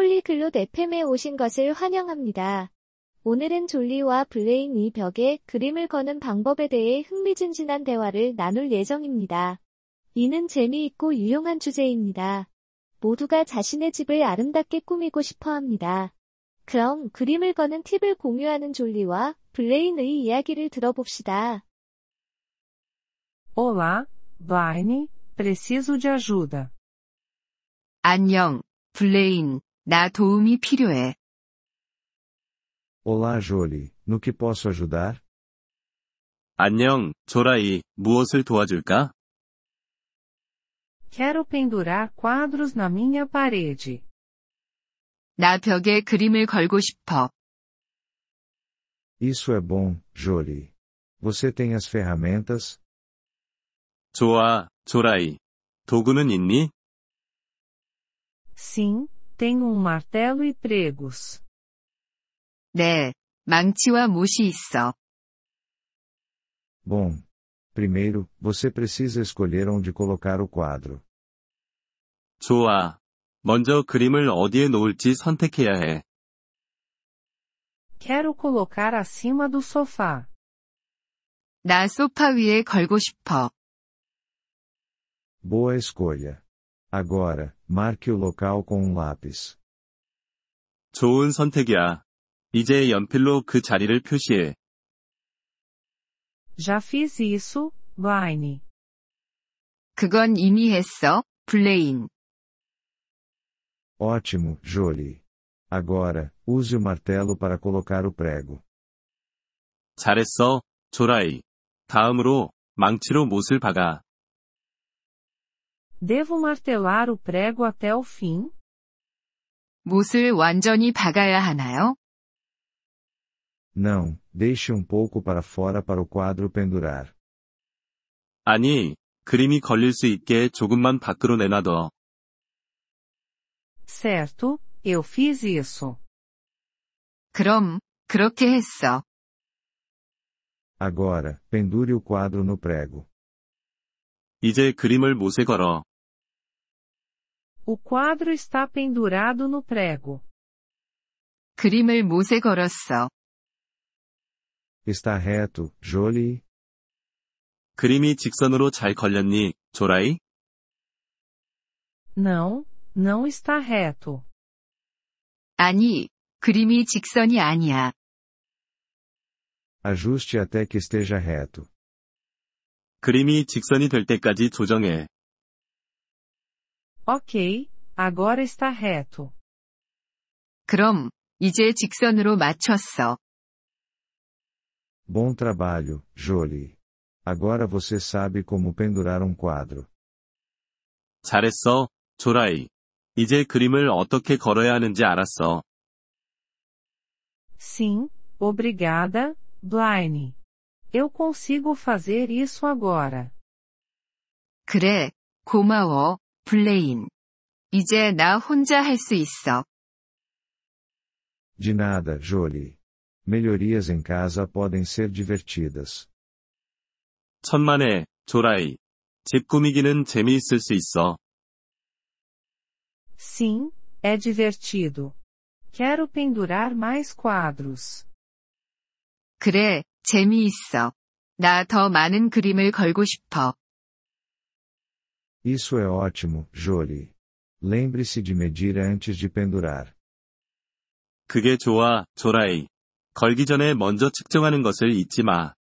폴리글롯 FM에 오신 것을 환영합니다. 오늘은 졸리와 블레인 이 벽에 그림을 거는 방법에 대해 흥미진진한 대화를 나눌 예정입니다. 이는 재미있고 유용한 주제입니다. 모두가 자신의 집을 아름답게 꾸미고 싶어 합니다. 그럼 그림을 거는 팁을 공유하는 졸리와 블레인의 이야기를 들어봅시다. Olá, Blaine, preciso de ajuda. 안녕, 블레인. 나 도움이 필요해. Olá, Jolie. No que posso ajudar? 안녕, 조라이. 무엇을 도와줄까? Quero pendurar quadros na minha parede. 나 벽에 그림을 걸고 싶어. Isso é bom, Jolie. Você tem as ferramentas? 좋아, 조라이. 도구는 있니? Sim, tenho um martelo e pregos. 네, 망치와 못이 있어. Bom. Primeiro, você precisa escolher onde colocar o quadro. 좋아. 먼저 그림을 어디에 놓을지 선택해야 해. Quero colocar acima do sofá. 나 소파 위에 걸고 싶어. Boa escolha. Agora, marque o local com um lápis. 좋은 선택이야. 이제 연필로 그 자리를 표시해. Já fiz isso, Blaine. 그건 이미 했어, 블레인. Ótimo, Jolie. Agora, use o martelo para colocar o prego. 잘했어, 조라이. 다음으로, 망치로 못을 박아. Devo martelar o prego até o fim? 못을 완전히 박아야 하나요? Não, deixe um pouco para fora para o quadro pendurar. 아니, 그림이 걸릴 수 있게 조금만 밖으로 내놔둬. Certo, eu fiz isso. 그럼, 그렇게 했어. Agora, pendure o quadro no prego. 이제 그림을 못에 걸어. O quadro está pendurado no prego. 그림을 못에 걸었어. Está reto, Jolie? 그림이 직선으로 잘 걸렸니, 조라이? Não, não está reto. 아니, 그림이 직선이 아니야. Ajuste até que esteja reto. 그림이 직선이 될 때까지 조정해. Ok, agora está reto. 그럼, 이제 직선으로 맞췄어. Bom trabalho, Jolie. Agora você sabe como pendurar um quadro. 잘했어, 조라이. 이제 그림을 어떻게 걸어야 하는지 알았어. Sim, obrigada, Blaine. Eu consigo fazer isso agora. 그래, 고마워, 블레인. 이제 나 혼자 할 수 있어. De nada, Jolie. Melhorias em casa podem ser divertidas. 천만에, 조라이. 집 꾸미기는 재미있을 수 있어. Sim, é divertido. Quero pendurar mais quadros. 그래, 재미있어. 나 더 많은 그림을 걸고 싶어. Isso é ótimo, Jolie. Lembre-se de medir antes de pendurar. 그게 좋아, 조라이. 걸기 전에 먼저 측정하는 것을 잊지 마.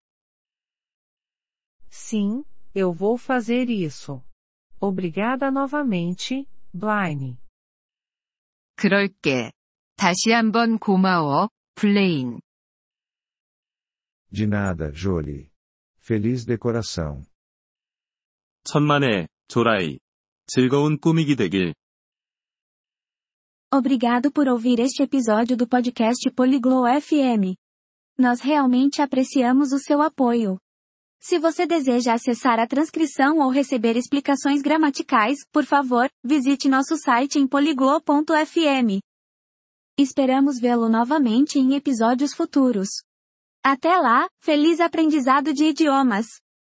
Sim, eu vou fazer isso. Obrigada novamente, Blaine. 그럴게. 다시 한번 고마워, 블레인. De nada, Jolie. Feliz decoração. 천만에, 조라이. 즐거운 꾸미기 되길. Obrigado por ouvir este episódio do podcast Poliglo FM. Nós realmente apreciamos o seu apoio. Se você deseja acessar a transcrição ou receber explicações gramaticais, por favor, visite nosso site em poliglo.fm. Esperamos vê-lo novamente em episódios futuros. Até lá, feliz aprendizado de idiomas!